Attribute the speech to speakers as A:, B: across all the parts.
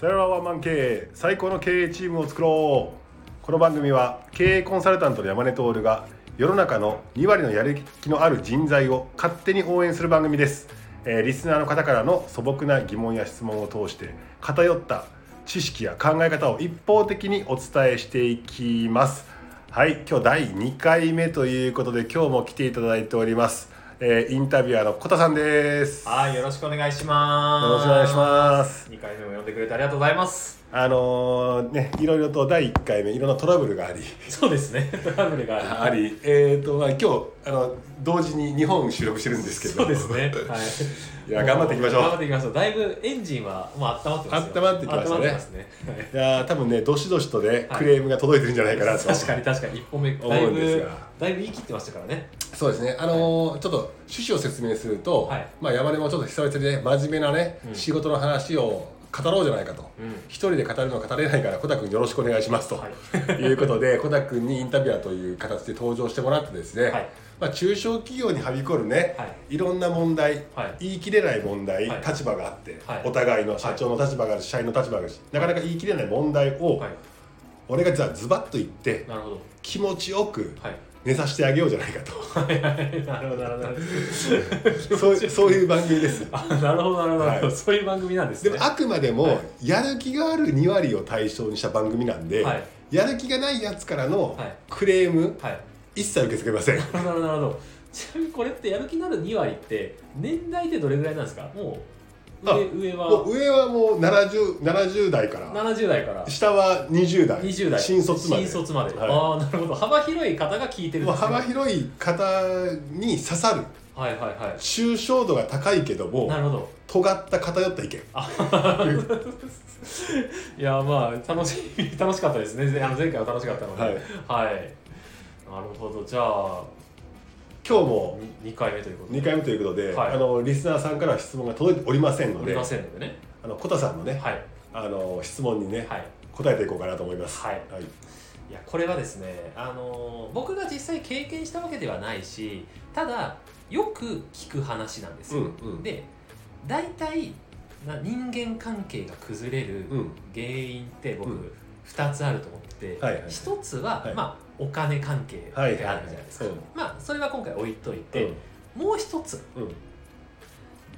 A: さよならワンマン経営最高の経営チームを作ろうこの番組は経営コンサルタントの山根徹が世の中の2割のやる気のある人材を勝手に応援する番組です、えーリスナーの方からの素朴な疑問や質問を通して偏った知識や考え方を一方的にお伝えしていきますはい今日第2回目ということで今日も来ていただいております、えーインタビュアーのコタさんです
B: はい、よろしくお願いします。
A: よろしくお願いします。
B: 二回目も呼んでくれてありがとうございます。
A: あのーねいろいろと第1回目いろんなトラブルがあり
B: そうですね。 トラブルが
A: あ
B: り。
A: りえーとまあ今日あの同時に2本収録してるんですけど
B: そうです ね。はい
A: や頑張っていきましょう
B: 頑張っていきましょう。だいぶエンジンはもう温まってますよ。
A: 温まってきましたね
B: 温ってますね。はい
A: いやー多分ねどしどしとねクレームが届いてるんじゃないかなと、
B: 確かに確かに一本目だい
A: 思うんです
B: ぶ
A: が
B: だいぶ言い切ってましたからね。
A: そうですねあのーちょっと趣旨を説明すると、
B: はい
A: まあ、山根もちょっと久々にね真面目なね、
B: うん
A: 仕事の話を語ろうじゃないかと、
B: うん
A: 一人で語るのは語れないからコタ君よろしくお願いしますと、、
B: はい
A: うことでコタ君にインタビュアーという形で登場してもらってですね、
B: はい
A: まあ、中小企業にはびこるね、、
B: はい
A: ろんな問題、
B: はい
A: 言い切れない問題、
B: はい
A: 立場があって、
B: はい
A: お互いの社長の立場がある社員の立場があるしなかなか言い切れない問題を、
B: はい。
A: 俺がじゃあズバッと言って
B: なるほど。
A: 気持ちよく
B: はい。
A: 寝させてあげようじゃないかと。
B: はいはい。 なるほどなるほど。
A: そうそういう番組です。
B: あなるほどなるほど、
A: はい
B: そういう番組なんです
A: で
B: ね。
A: もあくまで
B: は
A: もやる気がある2割を対象にした番組なんで、
B: はい
A: やる気がないやつからの
B: はい
A: クレーム
B: はい。
A: 一切受け付けません。
B: なるほどなるほどちなみにこれってやる気のある2割って年代ってどれぐらいなんですかもう
A: あ
B: 上上
A: も
B: は
A: う上はもう 70, 70代から
B: 70代から
A: 下は20代
B: 20代
A: 新卒まで
B: 新卒まで、
A: はい
B: ああなるほど幅広い方が聞いてるん
A: も
B: で
A: う
B: すね
A: 幅広い方に刺さる
B: はいはいはい
A: 抽象度が高いけども
B: なるほど
A: 尖った偏った意見
B: いやまあ楽しい 楽しかったですねあの前回は楽しかったので
A: はい
B: はい、なるほどじゃあ
A: 今日も
B: 2回目ということで
A: 2回目ということで、
B: はい
A: あのリスナーさんからは質問が届いておりませんの
B: お
A: で
B: りませんのでね
A: あのコタさんのね、
B: はい
A: あの質問にね、
B: はい
A: 答えていこうかなと思います。
B: はいいやこれはですね、あのー僕が実際経験したわけではないしただよく聞く話なんです
A: う
B: よ、
A: んうん。
B: で大体な人間関係が崩れる
A: うん。
B: 原因って僕、
A: うん
B: 2つあると思ってて、
A: はいはい
B: 1つは、
A: はい
B: まあ、お金関係ってあるじゃないですか、
A: はいはいはい
B: まあ、それは今回置いといて、
A: で、
B: もう1つ
A: うん。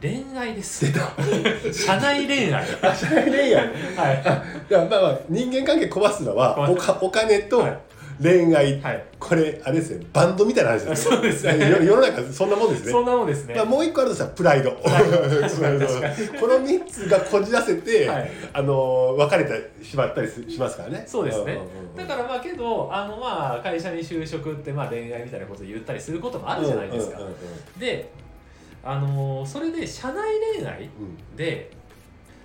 B: 恋愛です 社内恋愛
A: あ、社内恋愛。
B: はい
A: だからまあまあ人間関係壊すのはお
B: 壊
A: かお金と
B: はい
A: 恋愛。
B: はい
A: これあれですね、バンドみたいな話ですよ。
B: そうです ね
A: 世世の中そんなもんですね。
B: そんなもんですね
A: まあ、もう一個あるとしたらプライド。この三つがこじらせて、
B: はい
A: あの別れてしまったりすしますからね。
B: そうですね
A: んうんうん
B: だからまあけどあのまあ会社に就職ってまあ恋愛みたいなこと言ったりすることもあるじゃないですか、
A: うんうんうん
B: であのーそれで社内恋愛
A: うん
B: で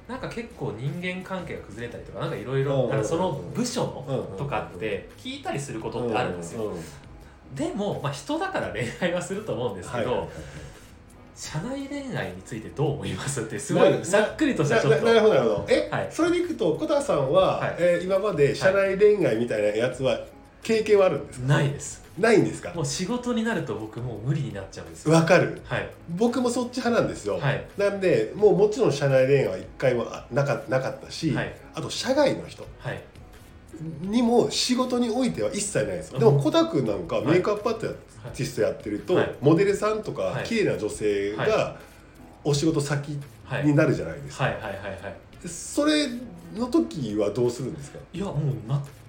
B: なんか結構人間関係が崩れたりとかなんかいろい
A: うんうんう
B: ろ
A: ん
B: なんかその部署
A: うんうんう
B: の
A: ん
B: とかって聞いたりすることってあるんですよ、
A: ううう
B: でも、まあ、人だから恋愛はすると思うんですけ
A: は
B: ど、
A: いはいはい
B: 社内恋愛についてどう思いますってすごい
A: な
B: ざっくりとした
A: な
B: ちょっ
A: な
B: と
A: なるほどなるほどえ、
B: はい
A: それでいくと小田さんは、
B: はい
A: えー今まで社内恋愛みたいなやつは経験はあるんですか、
B: ないです
A: ないんですか
B: もう仕事になると僕もう無理になっちゃうんですよ
A: わかる
B: はい
A: 僕もそっち派なんですよ、
B: はい
A: なんでもうもちろん社内恋愛は一回もあなかなかったし、
B: はい
A: あと社外の人
B: はい
A: にも仕事においては一切ないです
B: うん
A: でも小田君なんか
B: い
A: メイクアップアーティストやってると、
B: はい
A: モデルさんとか
B: はい
A: 綺麗な女性
B: は
A: がお仕事先
B: はい
A: になるじゃないですか、
B: はいはいはいはい
A: それの時はどうするんですか
B: いやもう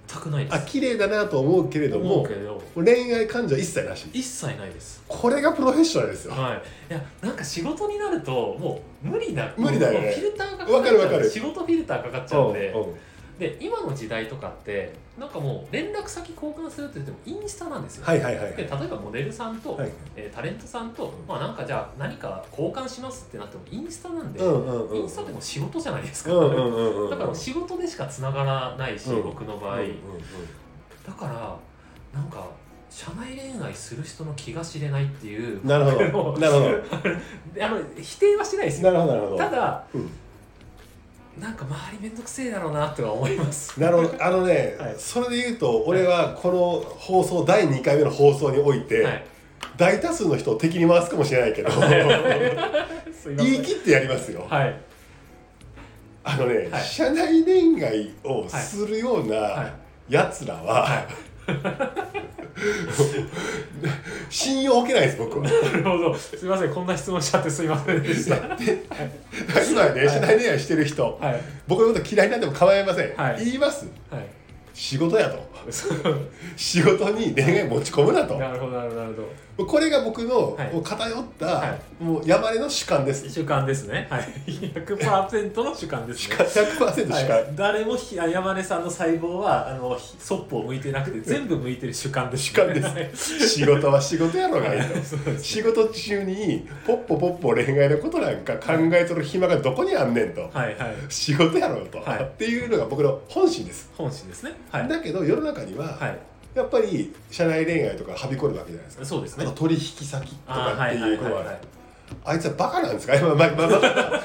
B: 全くないです
A: あ綺麗だなと思うけれど
B: 思
A: も
B: うけど
A: 恋愛感情は一切なし
B: 一切ないです
A: これがプロフェッショナルですよ
B: はいいやなんか仕事になるともう無理な
A: 無理だよね
B: もうフィルターが
A: わかるわかる
B: 仕事フィルターかかっちゃうんで
A: うんうん
B: で今の時代とかってなんかもう連絡先交換するって言ってもインスタなんですよ、
A: はいはいはい
B: で例えばモデルさんと、
A: はい
B: えータレントさんと、まあ、なんかじゃあ何か交換しますってなってもインスタなんで、
A: うんうんうん
B: インスタでも仕事じゃないです
A: う
B: か、
A: んうんうんうん
B: だから仕事でしかつながらないし、
A: うん
B: 僕の場合、だからなんか社内恋愛する人の気が知れないっていう
A: なるほ
B: も
A: ど
B: う
A: なるほ
B: であの否定はしないです
A: どな
B: よ
A: るほどなるほど
B: ただ
A: うん
B: なんか周りめんどくせえだろうなとは思います
A: なるほどあのね、
B: はい
A: それで言うと俺はこの放送第2回目の放送において、
B: はい
A: 大多数の人を敵に回すかもしれないけど
B: すいません
A: 言い切ってやりますよ、
B: はい
A: あのね、
B: はい
A: 社内恋愛をするよう
B: は
A: ないやつらは、
B: はい
A: 信用を受けないです僕は
B: なるほどすいませんこんな質問しちゃってすいません でした
A: 今
B: は
A: ね、
B: はい
A: 社内恋愛してる人、
B: い
A: 僕のこと嫌いになっても構いません、
B: はい
A: 言います
B: はい
A: 仕事やと
B: そう
A: 仕事に恋愛持ち込むなと、
B: なるほどなるほどなるほど
A: これが僕の、
B: はい
A: もう偏った、
B: は
A: もう山根の主観です
B: 主観ですね はい100%の主観です
A: 主
B: ね
A: 観100%主観、
B: はい、誰もひ山根さんの細胞はあのひそっぽを向いてなくて全部向いてる主観です、
A: 主観です仕事は仕事やろうがいいと
B: そうです
A: 仕事中にポッポポッポ恋愛のことなんか考えとる暇がどこにあんねんと、
B: はいはい
A: 仕事やろうと、
B: はい
A: っていうのが僕の本心です、
B: 本心ですねはい、
A: だけど世の中には、
B: はい、
A: やっぱり社内恋愛とかはびこるわけじゃないですか、
B: そうです
A: あ
B: ね
A: と取引先と
B: あー
A: か
B: は
A: って
B: いはい
A: いう
B: はい
A: の
B: は
A: はいあいつはバカなんですか今まままま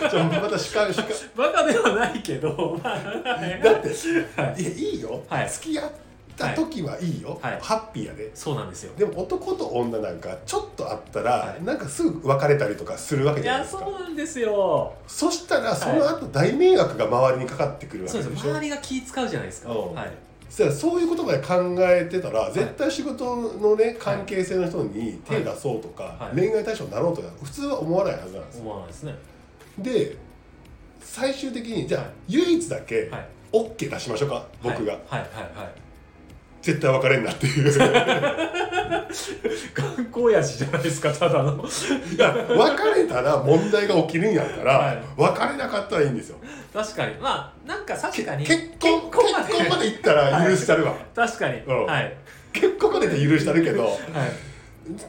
A: ちょまた主観主観
B: バカではないけど、まあ、はい
A: だって
B: はい
A: いやいいよ、
B: はい
A: 付き合った時はいいよ、
B: はい
A: ハッピーやで
B: そうなんですよ
A: でも男と女なんかちょっとあったら、
B: はい
A: なんかすぐ別れたりとかするわけ
B: い
A: じゃない
B: や
A: ですか
B: そうなんですよ
A: そしたらその後大迷惑が周りにかかってくるわ
B: そ
A: けで
B: う
A: し
B: です
A: ょ、
B: 周りが気使うじゃないですか、
A: うん
B: はい、
A: そしたらそういうことまで考えてたら絶対仕事のね関係性の人に手出そうとか、
B: はい
A: 恋愛対象になろうとか普通は思わないはずなんですよ
B: 思わないですね
A: で最終的にじゃあ
B: はい
A: 唯一だけ
B: はい
A: OK 出しましょうか僕が、
B: はいはいはいはい
A: 絶対別れんなっていうい
B: 頑固やじじゃないですかただの
A: や 別れたら問題が起きるんやったら、
B: はい
A: 別れなかったらいいんですよ
B: 確かにまあなんか
A: け
B: 確かに
A: 結婚結
B: 結婚
A: 婚
B: まで
A: までいったら許したるわ、
B: 確かに、
A: うん
B: はい
A: 結婚までで許したるけど
B: はい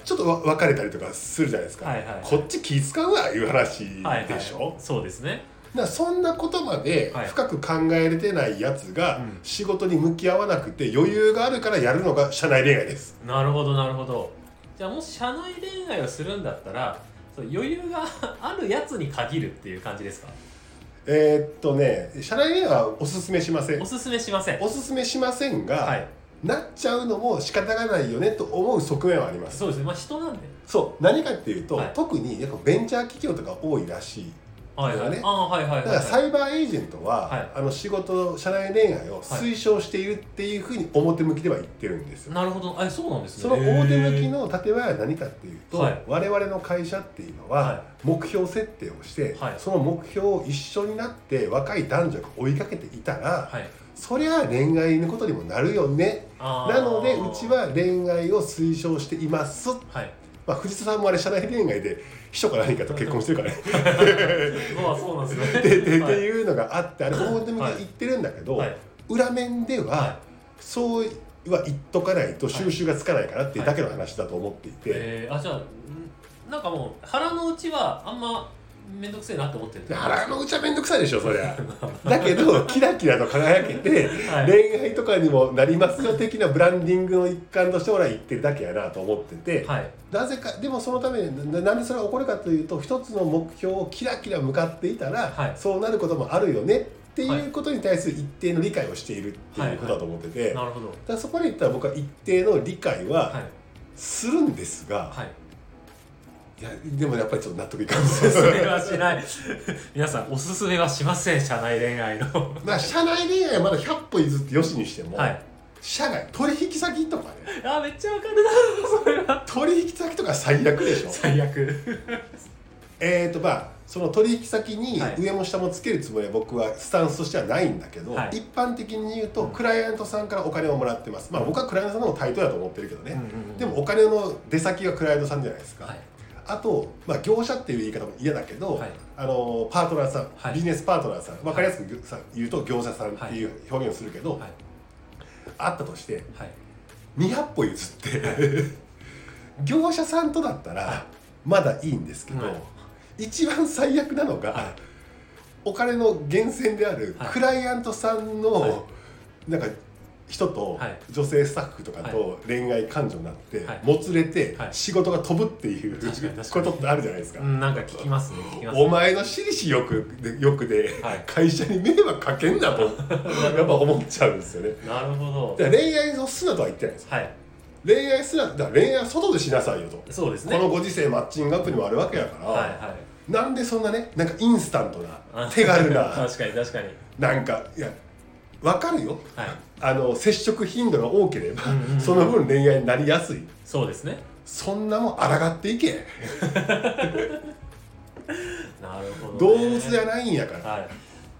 A: ちょっとわ別れたりとかするじゃないですか、
B: はいはい
A: こっち気使うないう話
B: はいはい
A: でしょ、
B: そうですね
A: だからそんなことまで
B: はい
A: 深く考えれてないやつが
B: うん
A: 仕事に向き合わなくて余裕があるからやるのが社内恋愛です
B: なるほどなるほどじゃあもし社内恋愛をするんだったらそう余裕があるやつに限るっていう感じですか
A: えーっとね社内恋愛はおすすめしません
B: おすすめしません
A: おすすめしませんが、
B: はい
A: なっちゃうのも仕方がないよねと思う側面はあります
B: そうですねまあ人なんで
A: そう何かっていうと、
B: はい
A: 特にやっぱベンチャー企業とか多いらしい
B: はいは
A: だか
B: い、
A: らね
B: ああはいはいは
A: だ
B: い
A: か
B: はい
A: らサイバーエージェントは、
B: はい
A: あの仕事社内恋愛を推奨しているっていうふうに表向きでは言ってるんですよ、
B: なるほどあそうなんですね
A: その表向き
B: へ
A: の建前は何かっていうと、
B: はい
A: 我々の会社っていうの
B: は
A: はい目標設定をして、
B: はい
A: その目標を一緒になって若い男女が追いかけていたら、
B: ーはい
A: そりゃ恋愛のことにもなるよね
B: あー
A: なのでうちは恋愛を推奨しています、
B: はい
A: まあ、藤田さんもあれ社内恋愛で秘書か何かと結婚してる からね、
B: まあそうなんですね
A: ででって
B: はい
A: いうのがあってあれ表向きで言ってるんだけど、
B: はい
A: 裏面では、
B: は
A: そうは言っとかないと収集がつかないからっていうだけの話だと思っていて。
B: えー、あじゃあんなんかもう腹の内はあんま面倒くせえなって思ってるってことです
A: 腹の内はめんどくさいでしょそりゃだけどキラキラと輝けて、
B: はい
A: 恋愛とかにもなりますよ的なブランディングの一環として俺は言ってるだけやなと思ってて、
B: はい
A: なぜかでもそのためにななんでそれが起こるかというと一つの目標をキラキラ向かっていたら、
B: はい
A: そうなることもあるよねっていうことに対する一定の理解をしているっていうことだと思ってて、だ
B: なるほど
A: からそこで言ったら僕は一定の理解
B: は
A: はいするんですが、
B: はい
A: い、やでもやっぱりちょっと納得いかんです
B: おすすめはしない 皆さんおすすめはしません社内恋愛の
A: まあ社内恋愛はまだ100歩譲ってよしにしても、
B: はい
A: 社外取引先とかね
B: あめっちゃわかるな それは
A: 取引先とか最悪でしょ
B: 最悪
A: えっとまあその取引先に
B: はい
A: 上も下もつけるつもりは僕はスタンスとしてはないんだけど、
B: はい
A: 一般的に言うとクライアントさんからお金をもらってますまあ僕はクライアントさんの方が対等だと思ってるけどね、でもお金の出先がクライアントさんじゃないですか、
B: はい
A: あと、まあ、業者っていう言い方も嫌だけど、
B: はい
A: あのパートナーさん、
B: はい
A: ビジネスパートナーさん分かりやすくさ言うと業者さんっていう表現をするけど、
B: はい
A: あったとして
B: はい
A: 200歩譲って業者さんとだったらまだいいんですけど、
B: はい
A: 一番最悪なのが、
B: はい
A: お金の源泉である
B: はい
A: クライアントさん
B: はい
A: のなんか人と
B: はい
A: 女性スタッフとかと恋愛感情になって、
B: はい
A: もつれて
B: はい
A: 仕事が飛ぶっていう
B: 確かに確か
A: こ
B: に
A: とってあるじゃないですか。
B: うんなんか聞きますね聞きます
A: お前の私利私欲で 欲で
B: はい
A: 会社に迷惑かけんな とやっぱ思っちゃうんですよね。
B: なるほど
A: だから恋愛をすなとは言ってないです
B: はい
A: 恋愛すらだから恋愛は外でしなさいよと、
B: そうですね
A: このご時世マッチングアプリもあるわけやから、
B: はいはい
A: なんでそんなねなんかインスタントな
B: あ
A: 手軽 な
B: 確かに確かに
A: なんかいやわかるよ
B: はい
A: あの接触頻度が多ければ、
B: うんうんうん
A: その分恋愛になりやすい
B: そうですね
A: そんなもん抗っていけ
B: なるほど、
A: 動
B: ね、
A: 物じゃないんやから、
B: はい、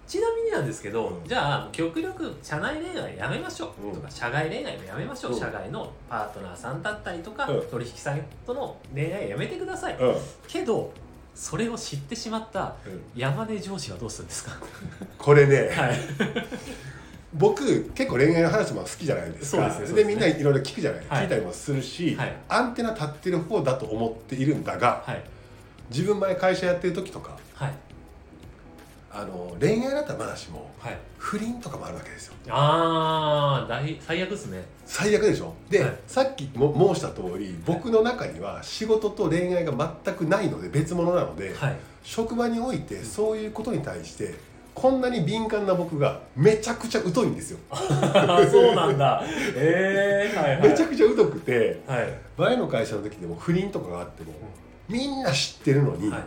B: ちなみになんですけど、じゃあ極力社内恋愛やめましょう、
A: うん
B: とか社外恋愛もやめましょう、
A: うん
B: 社外のパートナーさんだったりとか、
A: うん
B: 取引先との恋愛やめてください、
A: うん
B: けどそれを知ってしまった山根上司はどうするんですか
A: これね、
B: はい
A: 僕結構恋愛の話も好きじゃないですか
B: そうですねそうですね
A: みんないろいろ聞くじゃない、
B: はい
A: 聞いたりもするし、
B: はい
A: アンテナ立ってる方だと思っているんだが
B: はい
A: 自分前会社やってる時とか
B: はい
A: あの恋愛だったらまだしも
B: はい
A: 不倫とかもあるわけですよ
B: ああ大最悪ですね
A: 最悪でしょで、
B: はい
A: さっきも申した通り僕の中には仕事と恋愛が全くないので別物なので、
B: はい
A: 職場においてそういうことに対してこんなに敏感な僕がめちゃくちゃ疎いんですよ、
B: そうなんだええー、はいはい
A: めちゃくちゃ疎くて
B: はい
A: 前の会社の時でも不倫とかがあっても、みんな知ってるのに、
B: はい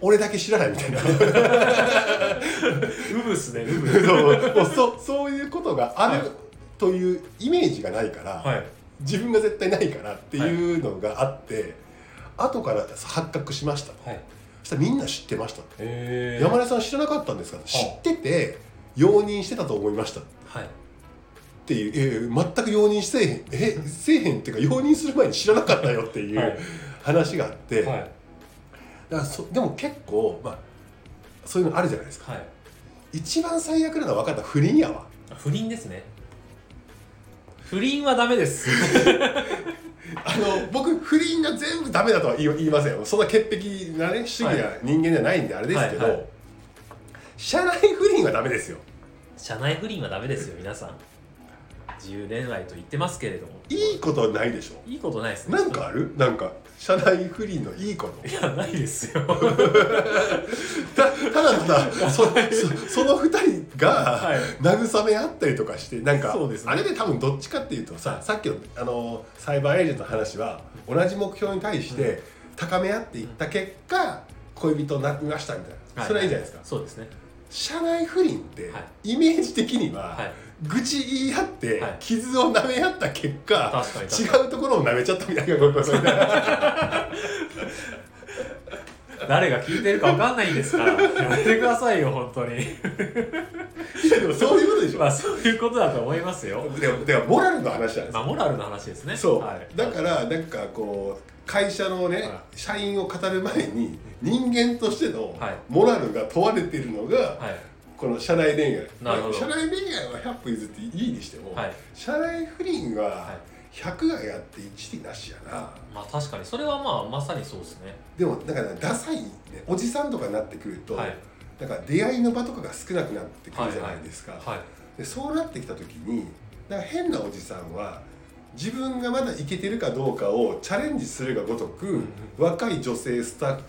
A: 俺だけ知らないみたいな そう
B: ウブっすねウブ
A: もうそそういうことがある、
B: はい
A: というイメージがないから、
B: はい
A: 自分が絶対ないからっていうのがあって、後から発覚しましたと
B: はい
A: そしたらみんな知ってましたと、
B: え
A: 山根さん知らなかったんですか知ってて容認してたと思いました
B: はい
A: っていう、えー全く容認せえへんえせえへんっていうか容認する前に知らなかったよってい
B: はいう
A: 話があって、
B: はい
A: だからそでも結構、まあ、そういうのあるじゃないですか
B: はい
A: 一番最悪なのは分かった不倫やわ
B: 不倫ですね不倫はダメです
A: あの僕不倫が全部ダメだとは言い言いませんよそんな潔癖なね主義な人間じゃないんであれですけど、
B: はいはい
A: 社内不倫はダメですよ
B: 社内不倫はダメですよ皆さん自由恋愛と言ってますけれども
A: いいことないでしょ
B: いいことないですね
A: なんかあるなんか社内不倫のいいこと
B: いやないですよ
A: たただただそそその二人が
B: はい
A: 慰め合ったりとかしてなんか
B: そうですね
A: あれで多分どっちかっていうとささっきのあのサイバーエージェントの話は同じ目標に対して高め合っていった結果恋人を亡くなしたみたい なそれはいいじゃないですか
B: そうですね
A: 社内不倫って
B: は
A: イメージ的に
B: は
A: はい愚痴言い合って
B: はい
A: 傷を舐め合った結果
B: 確かに確か
A: 違うところを舐めちゃったみたいなごめんなさい
B: 誰が聞いてるかわかんないんですからやめてくださいよ本当に
A: でもそういうことでしょ
B: まあそういうことだと思いますよ
A: でもでもモラルの話なんですよ
B: まあモラルの話ですね
A: そう、
B: はい、
A: だからなんかこう会社のね、
B: は
A: 社員を語る前に人間としての
B: はい
A: モラルが問われているのが、
B: はい
A: この社内恋愛
B: なるほど
A: 社内恋愛は100歩譲っていいにしても、
B: はい
A: 社内不倫はい100がやって1理なしやな、
B: まあ確かにそれはまあまさにそうですね
A: でもなんかねダサいねおじさんとかになってくると、
B: はい
A: なんか出会いの場とかが少なくなってくるじゃないですか、
B: はい
A: でそうなってきた時になんか変なおじさんは自分がまだいけてるかどうかをチャレンジするがごとく、
B: ん
A: 若い女性スタッフ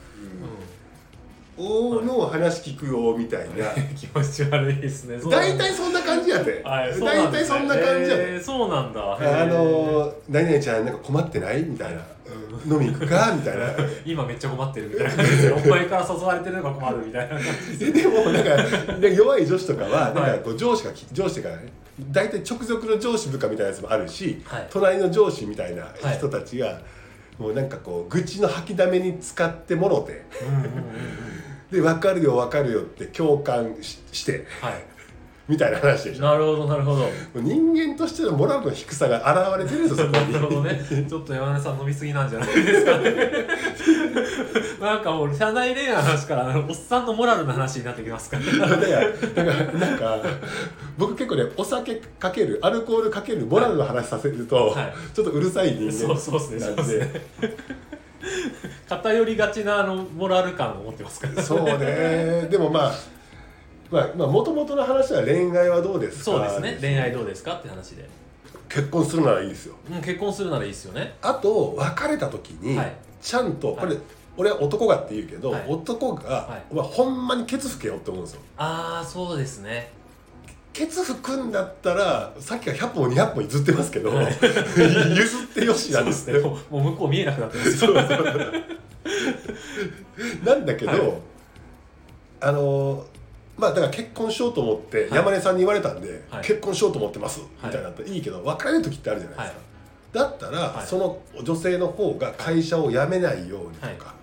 B: う
A: をの話聞くよみたいな、
B: ん 気持ち悪いですねそうなん
A: 大
B: だ
A: 体そんな感じやで、
B: はい、そうな
A: 大
B: ん
A: 体
B: ですね
A: そんな感じやで、
B: えーそうなんだ。
A: あ
B: へ
A: のー「何々ちゃんなんか困ってない?」みたいな「飲み行くか?」みたいな
B: ー今めっちゃ困ってるみたいな感じで、お前から誘われてるのが困るみたいな感じで
A: えでもなんかなんか弱い女子とかはなんかこう上司がき上司からね大体直属の上司部下みたいなやつもあるし、
B: はい
A: 隣の上司みたいな人たちが、もうなんかこう愚痴の吐きだめに使ってもろて
B: うんうんうん
A: で分かるよ分かるよって共感しして
B: はい。
A: みたいな話でしょ
B: なるほどなるほど。
A: もう人間としてのモラルの低さが現れてるんですよそ こに
B: なるほどね。ちょっと山根さん飲みすぎなんじゃないですかね。なんかもう社内恋愛の話からあのおっさんのモラルの話になってきますから。
A: でなんかなんか僕結構ねお酒かけるアルコールかけるモラルの話させると、
B: はい
A: ちょっとうるさい人
B: そうそうで
A: 間な
B: すね。そうんで
A: で。
B: すね。偏りがちなあのモラル感を持ってますから。
A: そうねでもまあまあまあもとの話は恋愛はどうですか
B: そうですね。恋愛どうですかって話で。
A: 結婚するならいいですよ
B: うん結婚するならいいですよね。
A: あと別れた時に
B: はい
A: ちゃんと、こ
B: は
A: れ
B: い
A: 俺は男がって言うけど、
B: はい
A: 男が、
B: はい
A: お前ほんまにケツ拭けよって思うんですよ
B: ああそうですね
A: ケツ拭くんだったらさっきは100本200本譲ってますけど、
B: はい
A: 譲ってよしな
B: そうんで
A: ですす
B: ね
A: ね
B: もうもう向こう見えなくなってます
A: そうそう なんだけど、
B: はい
A: あのーまあだから結婚しようと思って
B: はい
A: 山根さんに言われたんで、
B: はい
A: 結婚しようと思ってます、
B: い
A: みたいなのっていいけど別れる時ってあるじゃないですか、だったら、
B: はい
A: その女性の方が会社を辞めないようにとか、
B: は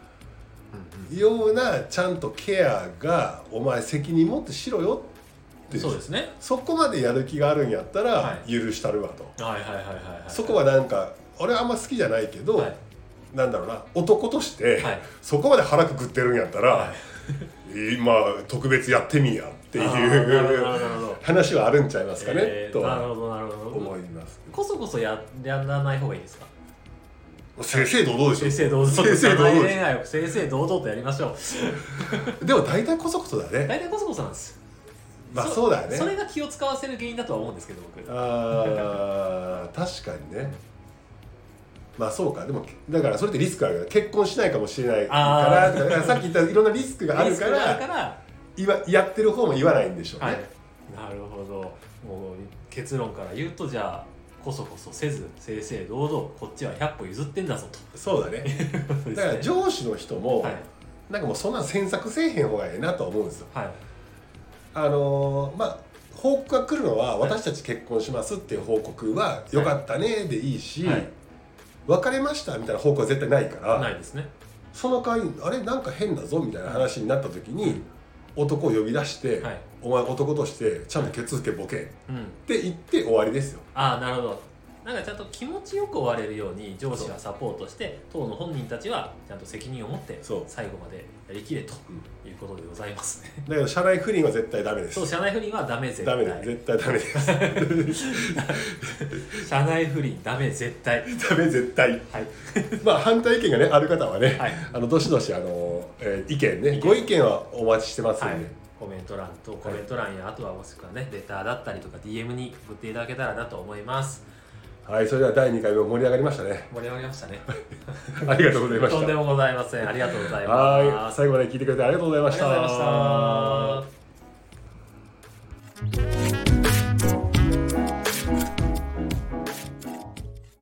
B: い
A: ようなちゃんとケアがお前責任持ってしろよって
B: そうですね
A: そこまでやる気があるんやった
B: は
A: ら許したるわと、
B: はいはいはいはいはい
A: そこはなんか俺はあんま好きじゃないけど、
B: はい
A: なんだろうな男として、
B: はい
A: そこまで腹くくってるんやったら、
B: はい
A: 今特別やってみやってい
B: あーなるほどなる
A: う
B: ほど
A: 話はあるんちゃいますかね、
B: えー
A: と
B: なる
A: は
B: ほどなるほど
A: 思います
B: こそこそややらない方がいいですか
A: 正々堂々でしょ
B: 正々堂々と
A: 正々堂々
B: 社
A: で
B: 内
A: し
B: 恋愛を正々堂々とやりましょう
A: ょでも大体こそこそだね
B: 大体こそこそなんです
A: まあそうだよ
B: それ
A: ね
B: が気を使わせる原因だとは思うんですけど僕
A: あー確かにねまあそうかでもだからそれってリスクあるから結婚しないかもしれないから
B: あー
A: だからさっき言ったいろんなリスクがあ
B: リ
A: る
B: ス
A: か
B: クがある
A: ら
B: から
A: 言わやってる方も言わないんでしょうね、
B: はいなるほどもう結論から言うとじゃあこそこそせず正々堂々こっちは100歩譲ってんだぞと
A: そうだねだから上司の人も、
B: はい
A: なんかもうそんなん詮索せえへん方がええなとは思うんですよ
B: はい
A: あのーまあ報告が来るのは私たち結婚しますっていう報告は「よかったね」でいいし、
B: はい
A: 別れましたみたいな報告は絶対ないから
B: ないですね
A: その代わりに「あれなんか変だぞ」みたいな話になった時に男を呼び出して
B: はい
A: 「お前男としてちゃんと手続けボケ」っ
B: うん
A: て言って終わりですよ。
B: ああなるほどなんかちゃんと気持ちよく終われるように上司がサポートして当の本人たちはちゃんと責任を持って
A: そう
B: 最後までやりきれと
A: う
B: いうことでございますね、
A: だけど社内不倫は絶対ダメです
B: そう。社内不倫はダメ絶
A: ダ
B: 対
A: メです絶対ダメです
B: 社内不倫ダメ絶対
A: ダメ絶対
B: はい
A: まあ反対意見がねある方はね、
B: はい
A: あのどしどしあの、えー意見ねご意見はお待ちしてますんで、
B: はい、コメント欄とコメント欄や、あとはもしくはねレターだったりとか DM に送っていただけたらなと思います
A: はい、それでは第2回目も盛り上がりましたね。
B: 盛り上がりましたね
A: ありがとうございました。
B: とんでもございませんありがとうございます
A: はい、最後まで聞いてくれてありがとうございました。
B: ありがとうございました